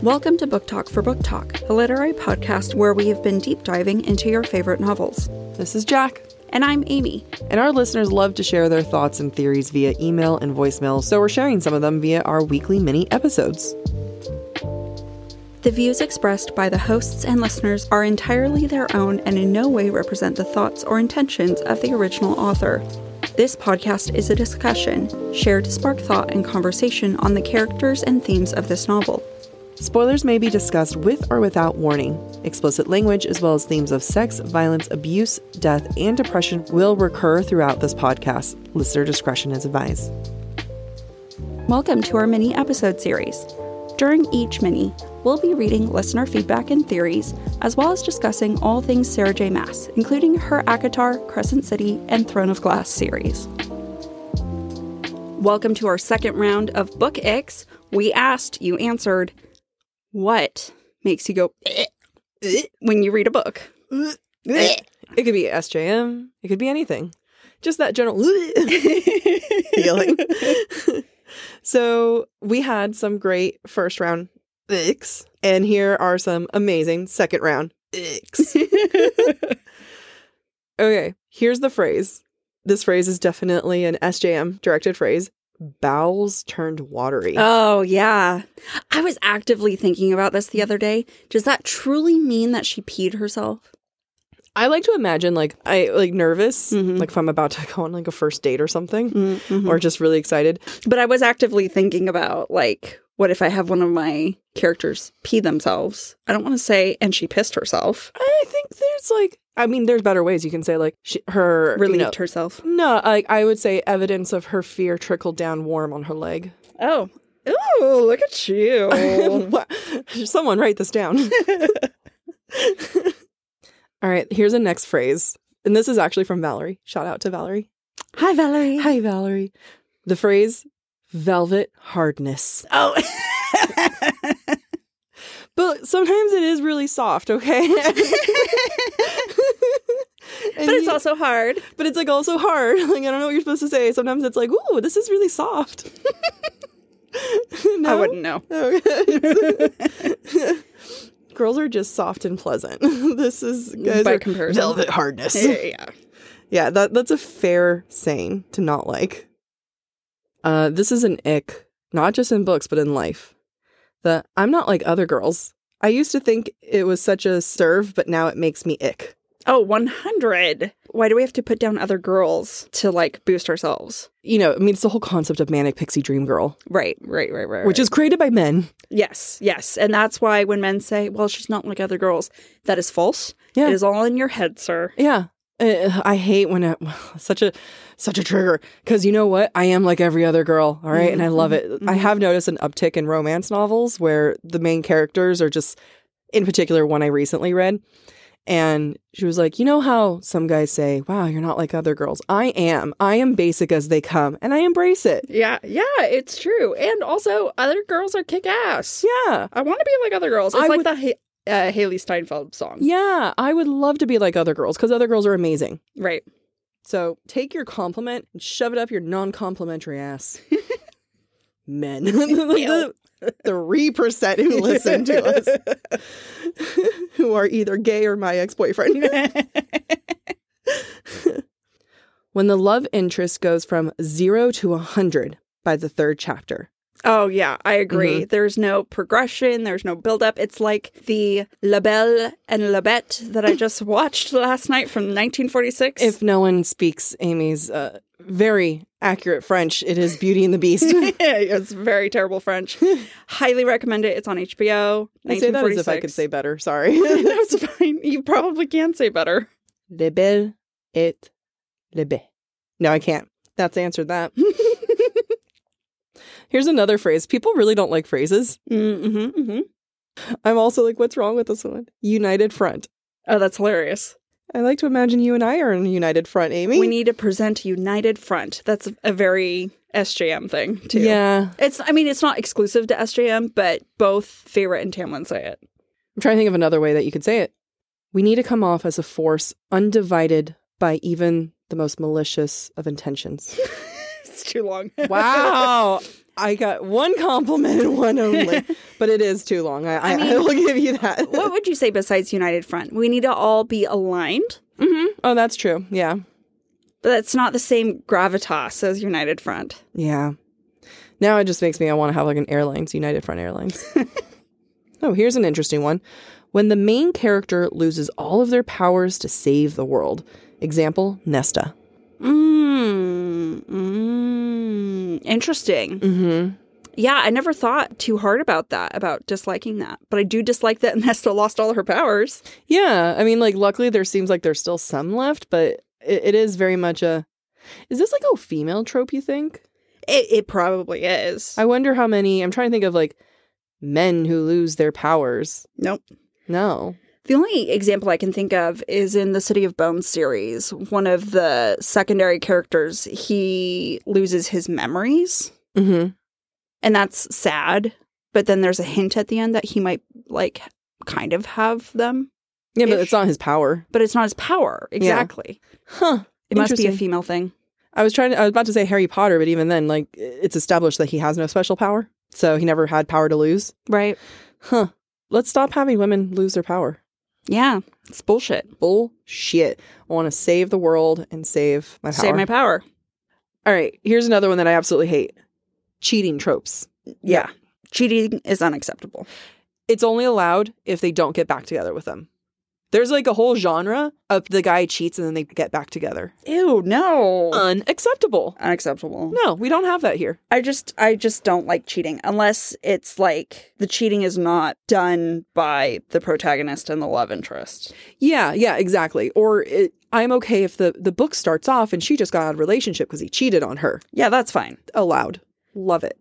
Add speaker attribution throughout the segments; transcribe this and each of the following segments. Speaker 1: Welcome to Book Talk for Book Talk, a literary podcast where we have been deep diving into your favorite novels.
Speaker 2: This is Jack.
Speaker 1: And I'm Amy.
Speaker 2: And our listeners love to share their thoughts and theories via email and voicemail, so we're sharing some of them via our weekly mini episodes.
Speaker 1: The views expressed by the hosts and listeners are entirely their own and in no way represent the thoughts or intentions of the original author. This podcast is a discussion, shared to spark thought and conversation on the characters and themes of this novel.
Speaker 2: Spoilers may be discussed with or without warning. Explicit language, as well as themes of sex, violence, abuse, death, and depression, will recur throughout this podcast. Listener discretion is advised.
Speaker 1: Welcome to our mini episode series. During each mini, we'll be reading listener feedback and theories, as well as discussing all things Sarah J. Mass, including her ACOTAR, Crescent City, and Throne of Glass series. Welcome to our second round of Book Ix. We asked, you answered, what makes you go "Eh, eh," when you read a book?
Speaker 2: It could be SJM, it could be anything. Just that general feeling. so we had some great first round icks, and here are some amazing second round icks. okay, here's the phrase. This phrase is definitely an SJM directed phrase. Bowels turned watery.
Speaker 1: Oh, yeah. I was actively thinking about this the other day. Does that truly mean that she peed herself?
Speaker 2: I like to imagine like I like nervous,
Speaker 1: Mhm.
Speaker 2: like if I'm about to go on like a first date or something, or just really excited.
Speaker 1: But I was actively thinking about, like, what if I have one of my characters pee themselves? I don't want to say, and she pissed herself,
Speaker 2: I think there's like I mean, there's better ways you can say like she, her you
Speaker 1: relieved
Speaker 2: know-
Speaker 1: herself.
Speaker 2: No, like I would say evidence of her fear trickled down warm on her leg.
Speaker 1: Oh. Ooh, look at you.
Speaker 2: What? Someone write this down. All right, here's a next phrase. And this is actually from Valerie. Shout out to Valerie.
Speaker 1: Hi, Valerie.
Speaker 2: Hi, Valerie. The phrase velvet hardness.
Speaker 1: Oh.
Speaker 2: But sometimes it is really soft, okay? but
Speaker 1: but it's also hard.
Speaker 2: but it's like also hard. Like I don't know what you're supposed to say. Sometimes it's like, ooh, this is really soft.
Speaker 1: I
Speaker 2: No?
Speaker 1: wouldn't know.
Speaker 2: Okay. Girls are just soft and pleasant. this is guys
Speaker 1: By
Speaker 2: are
Speaker 1: comparison.
Speaker 2: hardness.
Speaker 1: Yeah, yeah.
Speaker 2: yeah, that that's a fair saying to not like. Uh, this is an ick, not just in books but in life. The I'm not like other girls. I used to think it was such a serve, but now it makes me ick.
Speaker 1: Oh, 100. Why do we have to put down other girls to like boost ourselves?
Speaker 2: You know, I mean, it's the whole concept of manic pixie dream girl,
Speaker 1: Right, right, right, right.
Speaker 2: which is created by men.
Speaker 1: yes, yes. And that's why when men say, well, she's not like other girls, that is false.
Speaker 2: Yeah.
Speaker 1: It is all in your head, sir.
Speaker 2: Yeah. Uh, I hate when it, such a such a trigger because you know what I am like every other girl, all right? and I love it. I have noticed an uptick in romance novels where the main characters are just, in particular, one I recently read, and she was like, you know how some guys say, "Wow, you're not like other girls." I am. I am basic as they come, and I embrace it.
Speaker 1: Yeah, yeah, it's true. And also, other girls are kick ass.
Speaker 2: Yeah,
Speaker 1: I want to be like other girls.
Speaker 2: It's like
Speaker 1: the uh, Haley Steinfeld song.
Speaker 2: yeah. I would love to be like other girls because other girls are amazing.
Speaker 1: Right.
Speaker 2: So take your compliment and shove it up your non complimentary ass. Men. the three percent who listen to us who are either gay or my ex boyfriend. when the love interest goes from zero to a hundred by the third chapter.
Speaker 1: Oh, yeah, I agree.
Speaker 2: Mm-hmm.
Speaker 1: There's no progression, there's no buildup. It's like the La Belle and La Bette that I just watched last night from 1946.
Speaker 2: If no one speaks Amy's uh, very accurate French, it is Beauty and the Beast.
Speaker 1: it's very terrible French. Highly recommend it. It's on HBO.
Speaker 2: I say that as if I could
Speaker 1: 1946.
Speaker 2: say better. Sorry.
Speaker 1: no, it's fine. You probably can say better.
Speaker 2: Le bel et le be. No, I can't. That's answered that. Here's another phrase. People really don't like phrases.
Speaker 1: Mm-hmm, mm-hmm.
Speaker 2: I'm also like, what's wrong with this one? United front.
Speaker 1: Oh, that's hilarious.
Speaker 2: I like to imagine you and I are in a united front, Amy.
Speaker 1: We need to present a united front. That's a very SJM thing too.
Speaker 2: Yeah.
Speaker 1: It's. I mean, it's not exclusive to SJM, but both Feyre and Tamlin say it.
Speaker 2: I'm trying to think of another way that you could say it. We need to come off as a force undivided by even the most malicious of intentions.
Speaker 3: it's too long.
Speaker 2: Wow. I got one compliment and one only, but it is too long. I, I, I,
Speaker 1: mean-
Speaker 2: will give you that.
Speaker 1: what would you say besides United Front? We need to all be aligned,
Speaker 2: Oh, that's true. Yeah.
Speaker 1: but that's not the same gravitas as United Front.
Speaker 2: Yeah. Now it just makes me I want to have like an airlines, United Front Airlines. oh, here's an interesting one. When the main character loses all of their powers to save the world. Example, Nesta.
Speaker 1: Mm, mm, interesting.
Speaker 2: Mm-hmm.
Speaker 1: Yeah, I never thought too hard about that, about disliking that. But I do dislike that Nesta lost all her powers.
Speaker 2: Yeah. I mean, like, luckily there seems like there's still some left, but it, it is very much a. Is this like a female trope, you think?
Speaker 1: It, it probably is.
Speaker 2: I wonder how many. I'm trying to think of like men who lose their powers.
Speaker 1: nope.
Speaker 2: No.
Speaker 1: The only example I can think of is in the City of Bones series. One of the secondary characters, he loses his memories,
Speaker 2: Mm-hmm.
Speaker 1: and that's sad. But then there's a hint at the end that he might like kind of have them,
Speaker 2: Yeah, but
Speaker 1: Ish.
Speaker 2: it's not his power.
Speaker 1: but it's not his power exactly.
Speaker 2: Huh.
Speaker 1: It must be a
Speaker 2: Interesting.
Speaker 1: female thing.
Speaker 2: I was trying to, I was about to say Harry Potter, but even then, like, it's established that he has no special power. So he never had power to lose.
Speaker 1: Right.
Speaker 2: Huh. Let's stop having women lose their power.
Speaker 1: Yeah. It's bullshit.
Speaker 2: Bullshit. I want to save the world and save my power.
Speaker 1: Save my power.
Speaker 2: All right. Here's another one that I absolutely hate cheating tropes.
Speaker 1: Yeah. Cheating is unacceptable.
Speaker 2: It's only allowed if they don't get back together with them. There's like a whole genre of the guy cheats and then they get back together.
Speaker 1: Ew, no.
Speaker 2: Unacceptable.
Speaker 1: unacceptable.
Speaker 2: No, we don't have that here.
Speaker 1: I just I just don't like cheating unless it's like the cheating is not done by the protagonist and the love interest.
Speaker 2: Yeah, yeah, exactly. Or it, I'm okay if the the book starts off and she just got out of a relationship because he cheated on her.
Speaker 1: Yeah, that's fine.
Speaker 2: Allowed. Love it.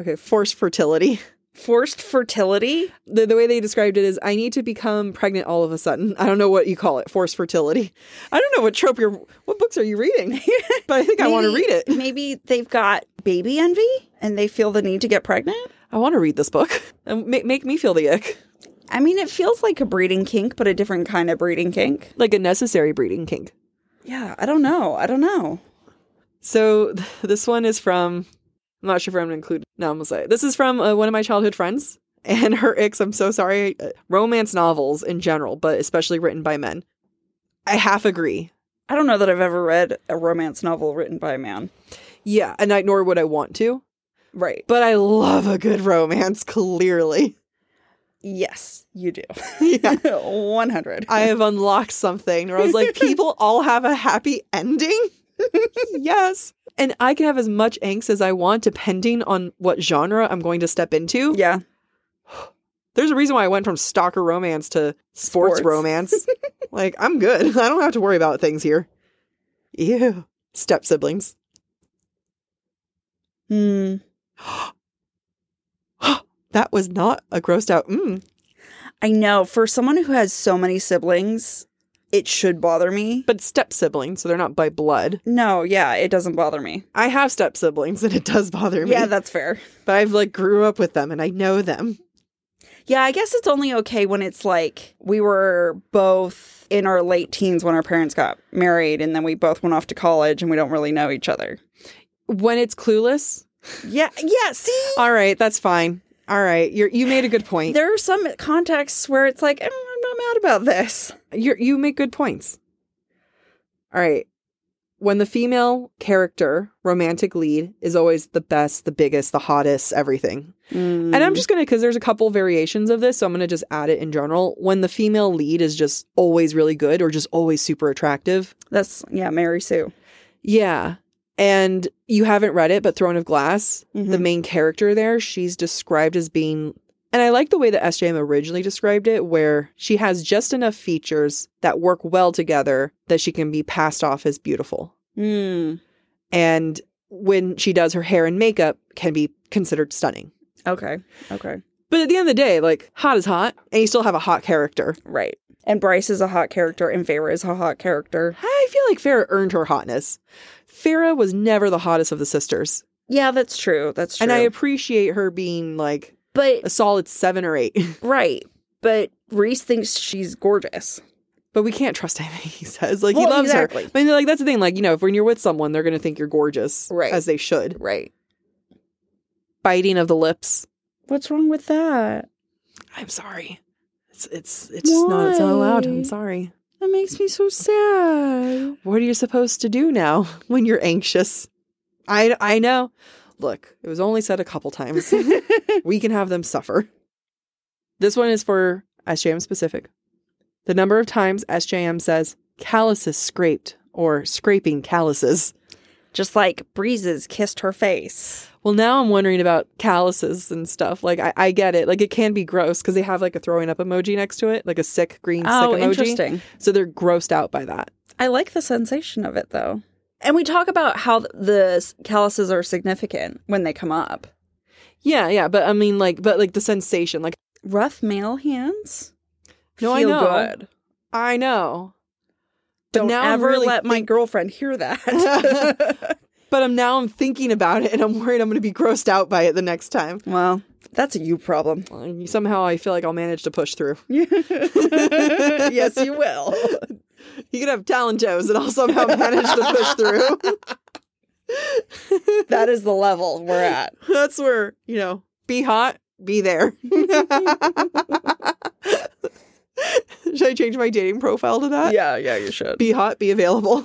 Speaker 2: Okay, forced fertility.
Speaker 1: Forced fertility?
Speaker 2: The, the way they described it is I need to become pregnant all of a sudden. I don't know what you call it, forced fertility. I don't know what trope you're what books are you reading? but I think I want to read it.
Speaker 1: Maybe they've got baby envy and they feel the need to get pregnant.
Speaker 2: I want to read this book. And make make me feel the ick.
Speaker 1: I mean, it feels like a breeding kink, but a different kind of breeding kink.
Speaker 2: Like a necessary breeding kink.
Speaker 1: Yeah, I don't know. I don't know.
Speaker 2: So th- this one is from. I'm not sure if I'm going to include. No, I'm going to say it. this is from uh, one of my childhood friends and her ex. I'm so sorry. uh, Romance novels in general, but especially written by men. I half agree.
Speaker 1: I don't know that I've ever read a romance novel written by a man.
Speaker 2: Yeah, and I, nor would I want to,
Speaker 1: Right.
Speaker 2: but I love a good romance. Clearly,
Speaker 1: Yes, you do.
Speaker 2: yeah.
Speaker 1: 100.
Speaker 2: I have unlocked something where I was like, people all have a happy ending. yes. And I can have as much angst as I want, depending on what genre I'm going to step into.
Speaker 1: yeah.
Speaker 2: There's a reason why I went from stalker romance to sports,
Speaker 1: Sports.
Speaker 2: romance. like, I'm good. I don't have to worry about things here. Ew. Step siblings.
Speaker 1: Hmm.
Speaker 2: That was not a grossed out. Mm.
Speaker 1: I know. For someone who has so many siblings, it should bother me.
Speaker 2: But step siblings, so they're not by blood.
Speaker 1: No, yeah, it doesn't bother me.
Speaker 2: I have step siblings and it does bother me.
Speaker 1: Yeah, that's fair.
Speaker 2: but I've like grew up with them and I know them.
Speaker 1: Yeah, I guess it's only okay when it's like we were both in our late teens when our parents got married and then we both went off to college and we don't really know each other.
Speaker 2: When it's clueless,
Speaker 1: Yeah, yeah, see?
Speaker 2: all right, that's fine. All right, you're, you made a good point.
Speaker 1: There are some contexts where it's like, "Mm, I'm not mad about this.
Speaker 2: you you make good points. All right. When the female character, romantic lead, is always the best, the biggest, the hottest, everything. And
Speaker 1: Mm. Mm-hmm.
Speaker 2: I'm just going to, because there's a couple variations of this, so I'm going to just add it in general. When the female lead is just always really good or just always super attractive.
Speaker 1: That's, yeah, Mary Sue.
Speaker 2: Yeah. And you haven't read it, but Throne of Glass, the
Speaker 1: Mhm.
Speaker 2: main character there, she's described as being. And I like the way that SJM originally described it, where she has just enough features that work well together that she can be passed off as beautiful.
Speaker 1: Mm.
Speaker 2: And when she does her hair and makeup, can be considered stunning.
Speaker 1: Okay, okay.
Speaker 2: But at the end of the day, like, hot is hot, and you still have a hot character.
Speaker 1: Right. And Bryce is a hot character and Feyre is a hot character.
Speaker 2: I feel like Farah earned her hotness. Farah was never the hottest of the sisters.
Speaker 1: Yeah, that's true. That's true.
Speaker 2: And I appreciate her being like
Speaker 1: but
Speaker 2: a solid seven or eight.
Speaker 1: right, but Reese thinks she's gorgeous.
Speaker 2: But we can't trust anything he says. Like he
Speaker 1: Well,
Speaker 2: loves
Speaker 1: exactly.
Speaker 2: her. I mean, like that's the thing. Like you know, if when you're with someone, they're gonna think you're gorgeous,
Speaker 1: Right.
Speaker 2: As they should.
Speaker 1: Right.
Speaker 2: Biting of the lips.
Speaker 1: What's wrong with that?
Speaker 2: I'm sorry. It's it's it's just not it's not allowed.
Speaker 1: Why?
Speaker 2: I'm sorry.
Speaker 1: That makes me so sad.
Speaker 2: What are you supposed to do now when you're anxious? I I know. Look, it was only said a couple times. we can have them suffer. This one is for SJM specific. The number of times SJM says calluses scraped or scraping calluses.
Speaker 1: Just like breezes kissed her face.
Speaker 2: Well, now I'm wondering about calluses and stuff. Like, I, I get it. Like, it can be gross because they have like a throwing up emoji next to it, like a sick green
Speaker 1: Oh,
Speaker 2: sick emoji.
Speaker 1: interesting.
Speaker 2: So they're grossed out by that.
Speaker 1: I like the sensation of it though. And we talk about how th- the s- calluses are significant when they come up.
Speaker 2: Yeah, yeah. But I mean, like, but like the sensation, like,
Speaker 1: Rough male hands.
Speaker 2: No, I
Speaker 1: feel
Speaker 2: know.
Speaker 1: good.
Speaker 2: I know. But
Speaker 1: Don't
Speaker 2: now I'm
Speaker 1: ever
Speaker 2: really
Speaker 1: let my girlfriend hear that.
Speaker 2: But I'm now I'm thinking about it and I'm worried I'm going to be grossed out by it the next time.
Speaker 1: well, that's a you problem.
Speaker 2: And Somehow I feel like I'll manage to push through.
Speaker 1: yes, you will.
Speaker 2: You can have talent toes and I'll somehow manage to push through.
Speaker 1: That is the level we're at.
Speaker 2: That's where, you know, be hot, be there. Should I change my dating profile to that?
Speaker 1: Yeah, yeah, you should.
Speaker 2: Be hot, be available.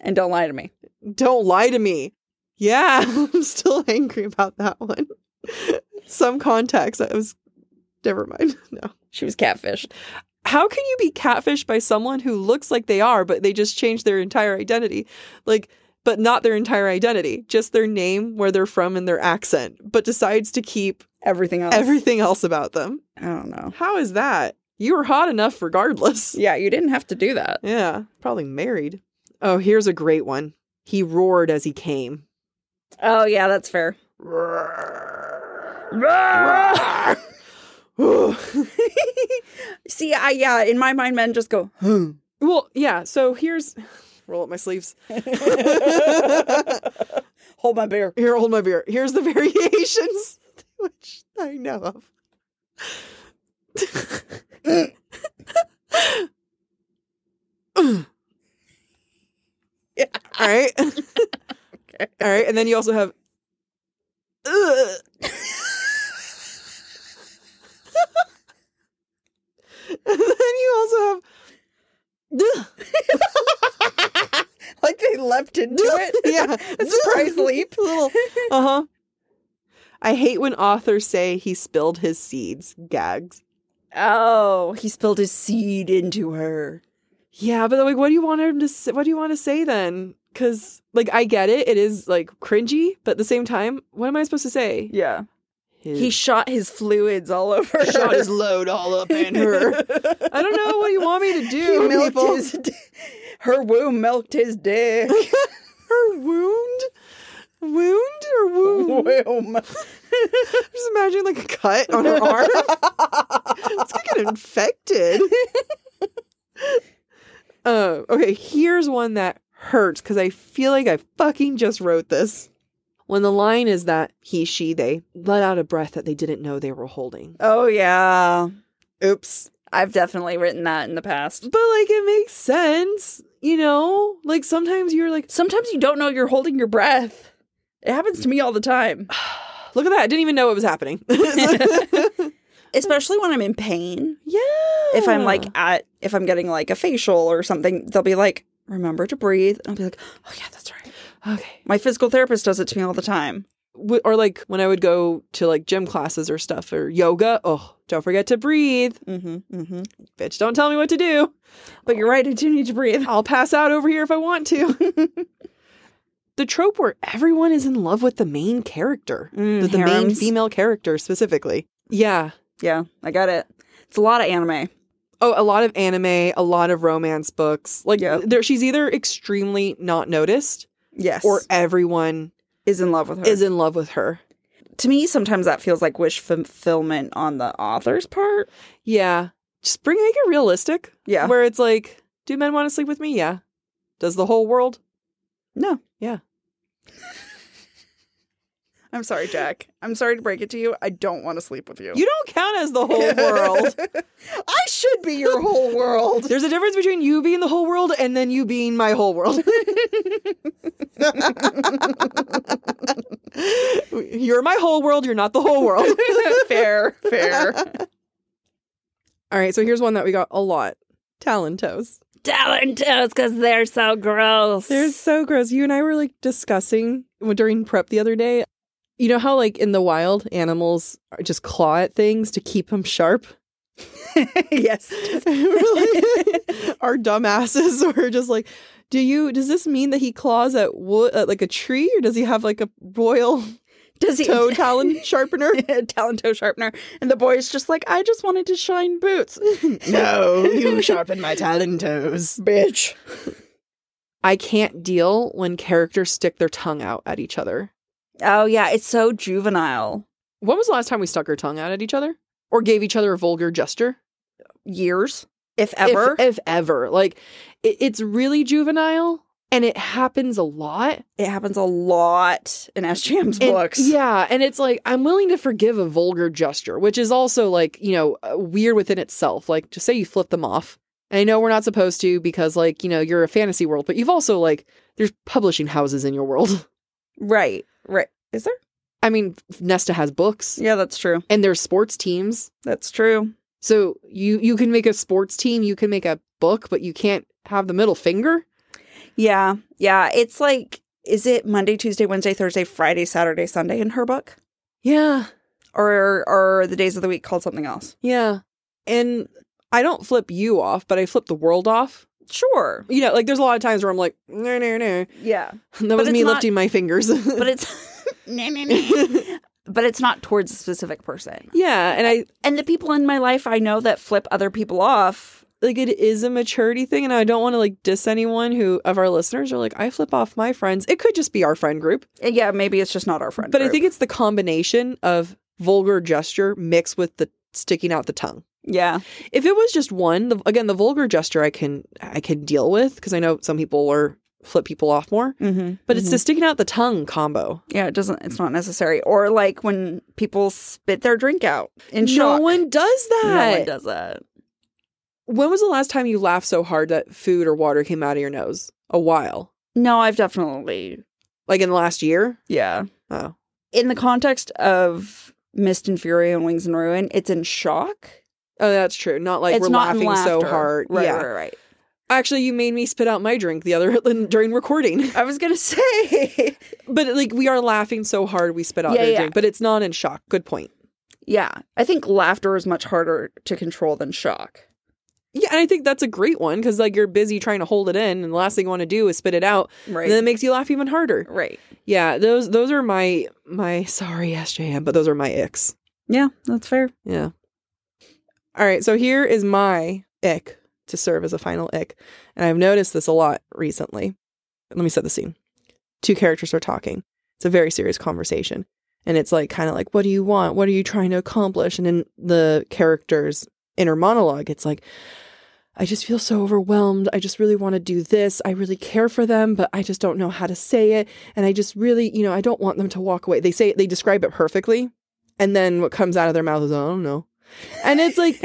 Speaker 1: And don't lie to me.
Speaker 2: Don't lie to me. Yeah, I'm still angry about that one. Some contacts, I was. Never mind. No.
Speaker 1: She was catfished.
Speaker 2: how can you be catfished by someone who looks like they are, but they just change their entire identity? Like, but not their entire identity, just their name, where they're from, and their accent, but decides to keep
Speaker 1: Everything else.
Speaker 2: everything else about them.
Speaker 1: I don't know.
Speaker 2: How is that? You were hot enough regardless.
Speaker 1: Yeah, you didn't have to do that.
Speaker 2: Yeah, probably married. Oh, here's a great one. He roared as he came.
Speaker 1: Oh, yeah, that's fair.
Speaker 2: Ooh.
Speaker 1: See, I yeah, in my mind, men just go.
Speaker 2: well, yeah, so here's roll up my sleeves.
Speaker 1: Hold my beer.
Speaker 2: Here, hold my beer. Here's the variations, which I know of. All right. All right. And then you also have. Ugh. and then you also have.
Speaker 1: Like they leapt into it.
Speaker 2: yeah.
Speaker 1: A surprise leap.
Speaker 2: Little. Uh huh. I hate when authors say he spilled his seeds. Gags.
Speaker 1: Oh, he spilled his seed into her.
Speaker 2: Yeah, but like, what do you want him to? Say, what do you want to say then? Because like, I get it. It is like cringy, but at the same time, what am I supposed to say?
Speaker 1: Yeah. He shot his fluids all over her.
Speaker 2: load all up in her. I don't know what you want me to
Speaker 1: He
Speaker 2: do.
Speaker 1: milked
Speaker 2: people.
Speaker 1: his d- her womb milked his dick.
Speaker 2: her wound, wound or wound.
Speaker 1: womb.
Speaker 2: Just imagine like a cut on her arm. it's gonna get infected. uh, okay, here's one that hurts because I feel like I fucking just wrote this. When the line is that he, she, they let out a breath that they didn't know they were holding.
Speaker 1: Oh yeah.
Speaker 2: Oops.
Speaker 1: I've definitely written that in the past.
Speaker 2: But like it makes sense, you know? Like sometimes you're like,
Speaker 1: Sometimes you don't know you're holding your breath. It happens to me all the time.
Speaker 2: look at that. I didn't even know it was happening.
Speaker 1: Especially when I'm in pain.
Speaker 2: yeah.
Speaker 1: If I'm like at if I'm getting like a facial or something, they'll be like, remember to breathe. And I'll be like, oh yeah, that's right.
Speaker 2: okay.
Speaker 1: My physical therapist does it to me all the time.
Speaker 2: w- or like when I would go to like gym classes or stuff or yoga. Oh, don't forget to breathe,
Speaker 1: Mm-hmm. Mm-hmm.
Speaker 2: bitch. Don't tell me what to do.
Speaker 1: But you're right, I do need to breathe.
Speaker 2: I'll pass out over here if I want to. the trope where everyone is in love with the main character,
Speaker 1: Mm,
Speaker 2: the, the main
Speaker 1: harems.
Speaker 2: female character specifically. Yeah.
Speaker 1: Yeah, I got it. It's a lot of anime.
Speaker 2: Oh, a lot of anime, a lot of romance books. Like
Speaker 1: Yeah.
Speaker 2: there, she's either extremely not noticed
Speaker 1: Yes.
Speaker 2: or everyone
Speaker 1: is in love with her.
Speaker 2: is in love with her.
Speaker 1: to me, sometimes that feels like wish fulfillment on the author's part.
Speaker 2: Yeah. Just bring make it realistic.
Speaker 1: Yeah.
Speaker 2: Where it's like, do men want to sleep with me? Yeah. Does the whole world?
Speaker 1: No.
Speaker 2: Yeah.
Speaker 1: I'm sorry, Jack. I'm sorry to break it to you. I don't want to sleep with you.
Speaker 2: You don't count as the whole world.
Speaker 1: I should be your whole world.
Speaker 2: There's a difference between you being the whole world and then you being my whole world. you're my whole world. You're not the whole world.
Speaker 1: fair, fair.
Speaker 2: All right. So here's one that we got a lot Talon toes.
Speaker 1: Talon toes, because they're so gross.
Speaker 2: They're
Speaker 1: There's
Speaker 2: so gross. You and I were like discussing during prep the other day. You know how, like, in the wild, animals are- just claw at things to keep them sharp?
Speaker 1: yes.
Speaker 2: Really? Our dumbasses were just like, do you, does this mean that he claws at wood, at like a tree, or does he have like a royal
Speaker 1: Does he
Speaker 2: toe talon sharpener?
Speaker 1: talon toe sharpener? And the boy's just like, I just wanted to shine boots.
Speaker 2: no, you sharpen my talon toes.
Speaker 1: Bitch.
Speaker 2: I can't deal when characters stick their tongue out at each other.
Speaker 1: Oh yeah, it's so juvenile.
Speaker 2: When was the last time we stuck our tongue out at each other or gave each other a vulgar gesture?
Speaker 1: Years, if
Speaker 2: If-
Speaker 1: ever.
Speaker 2: If, ever. Like, it, it's really juvenile and it happens a lot.
Speaker 1: it happens a lot in SGM's
Speaker 2: And-
Speaker 1: books.
Speaker 2: Yeah, and it's like I'm willing to forgive a vulgar gesture, which is also like you know uh, weird within itself. Like just say you flip them off. And I know we're not supposed to because like you know you're a fantasy world, but you've also like there's publishing houses in your world.
Speaker 1: Right. Right. Is there?
Speaker 2: I mean, Nesta has books
Speaker 1: Yeah, that's true.
Speaker 2: and there's sports teams,
Speaker 1: That's true.
Speaker 2: so you you can make a sports team, you can make a book, but you can't have the middle finger.
Speaker 1: Yeah. Yeah. It's like, is it Monday, Tuesday, Wednesday, Thursday, Friday, Saturday, Sunday in her book?
Speaker 2: Yeah,
Speaker 1: Or are the days of the week called something else?
Speaker 2: yeah, and I don't flip you off, but I flip the world off.
Speaker 1: Sure.
Speaker 2: You know, like there's a lot of times where I'm like, no, no, no.
Speaker 1: Yeah.
Speaker 2: That was
Speaker 1: it's
Speaker 2: me
Speaker 1: not-
Speaker 2: lifting my fingers.
Speaker 1: But it's nah, nah, nah. but it's not towards a specific person.
Speaker 2: yeah, and I
Speaker 1: And the people in my life I know that flip other people off.
Speaker 2: like it is a maturity thing, and I don't want to like diss anyone who of our listeners are like, I flip off my friends. It could just be our friend group,
Speaker 1: And eh, Yeah, maybe it's just not our friend.
Speaker 2: but I
Speaker 1: group.
Speaker 2: think it's the combination of vulgar gesture mixed with the sticking out the tongue.
Speaker 1: yeah,
Speaker 2: If it was just one, the, again, the vulgar gesture I can I can deal with because I know some people are flip people off more,
Speaker 1: mm-hmm.
Speaker 2: but it's the sticking out the tongue combo.
Speaker 1: yeah, it doesn't. It's not necessary. Or like when people spit their drink out in
Speaker 2: no
Speaker 1: shock.
Speaker 2: one does that.
Speaker 1: no one does that.
Speaker 2: When was the last time you laughed so hard that food or water came out of your nose? A while.
Speaker 1: No, I've definitely
Speaker 2: like in the last year.
Speaker 1: yeah.
Speaker 2: Oh,
Speaker 1: In the context of Mist and Fury and Wings and Ruin, it's in shock.
Speaker 2: oh, that's true. Not like
Speaker 1: it's
Speaker 2: we're
Speaker 1: not in
Speaker 2: laughing so
Speaker 1: laughter.
Speaker 2: hard.
Speaker 1: Right,
Speaker 2: yeah,
Speaker 1: right, right.
Speaker 2: actually, you made me spit out my drink the other during recording.
Speaker 1: I was gonna say,
Speaker 2: But like we are laughing so hard we spit out
Speaker 1: Yeah,
Speaker 2: their
Speaker 1: yeah.
Speaker 2: drink. But it's not in shock. Good point.
Speaker 1: yeah, I think laughter is much harder to control than shock.
Speaker 2: Yeah, and I think that's a great one because like you're busy trying to hold it in, and the last thing you want to do is spit it out,
Speaker 1: Right,
Speaker 2: and then it makes you laugh even harder.
Speaker 1: right.
Speaker 2: Yeah, those those are my my sorry SJM, but those are my icks.
Speaker 1: Yeah, that's fair.
Speaker 2: Yeah. All right. So here is my ick to serve as a final ick. And I've noticed this a lot recently. Let me set the scene. Two characters are talking. It's a very serious conversation. And it's like, kind of like, what do you want? What are you trying to accomplish? And in the character's inner monologue, it's like, I just feel so overwhelmed. I just really want to do this. I really care for them, but I just don't know how to say it. And I just really, you know, I don't want them to walk away. They say, they describe it perfectly. And then what comes out of their mouth is, I don't know. And it's like,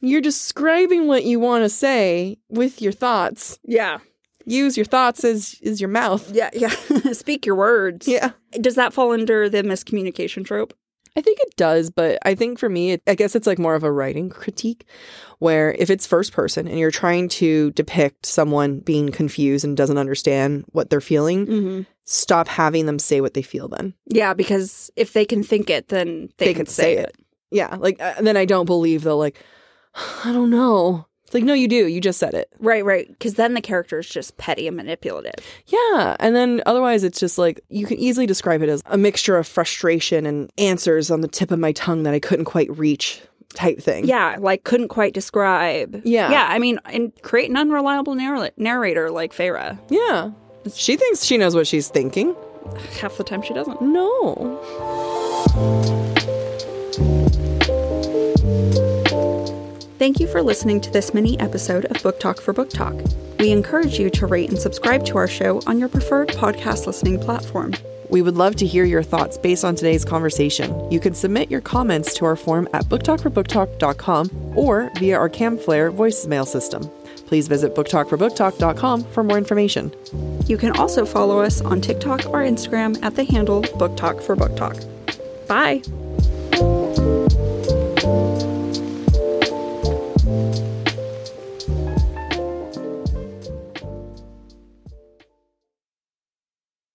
Speaker 2: you're describing what you want to say with your thoughts.
Speaker 1: yeah,
Speaker 2: Use your thoughts as is your mouth.
Speaker 1: yeah, yeah. Speak your words.
Speaker 2: Yeah.
Speaker 1: Does that fall under the miscommunication trope?
Speaker 2: I think it does, but I think for me, it, I guess it's like more of a writing critique where if it's first person and you're trying to depict someone being confused and doesn't understand what they're feeling,
Speaker 1: Mm-hmm.
Speaker 2: stop having them say what they feel then.
Speaker 1: Yeah, because if they can think it, then they,
Speaker 2: They
Speaker 1: can,
Speaker 2: can
Speaker 1: say,
Speaker 2: say
Speaker 1: it.
Speaker 2: Yeah. Like, uh, then I don't believe they'll, like, I don't know. It's like, no, you do. You just said it.
Speaker 1: Right, right. Because then the character is just petty and manipulative.
Speaker 2: Yeah. And then otherwise, it's just like you can easily describe it as a mixture of frustration and answers on the tip of my tongue that I couldn't quite reach type thing.
Speaker 1: Yeah, like couldn't quite describe.
Speaker 2: Yeah.
Speaker 1: yeah. I mean, and create an unreliable narr- narrator like Feyre.
Speaker 2: Yeah. She thinks she knows what she's thinking.
Speaker 1: Half the time she doesn't.
Speaker 2: No.
Speaker 1: Thank you for listening to this mini episode of Book Talk for Book Talk. We encourage you to rate and subscribe to our show on your preferred podcast listening platform.
Speaker 2: We would love to hear your thoughts based on today's conversation. You can submit your comments to our form at booktalkforbooktalk.com or via our Camflare voicemail system. Please visit booktalkforbooktalk.com for more information.
Speaker 1: You can also follow us on TikTok or Instagram at the handle Book Talk for Book Talk. Bye!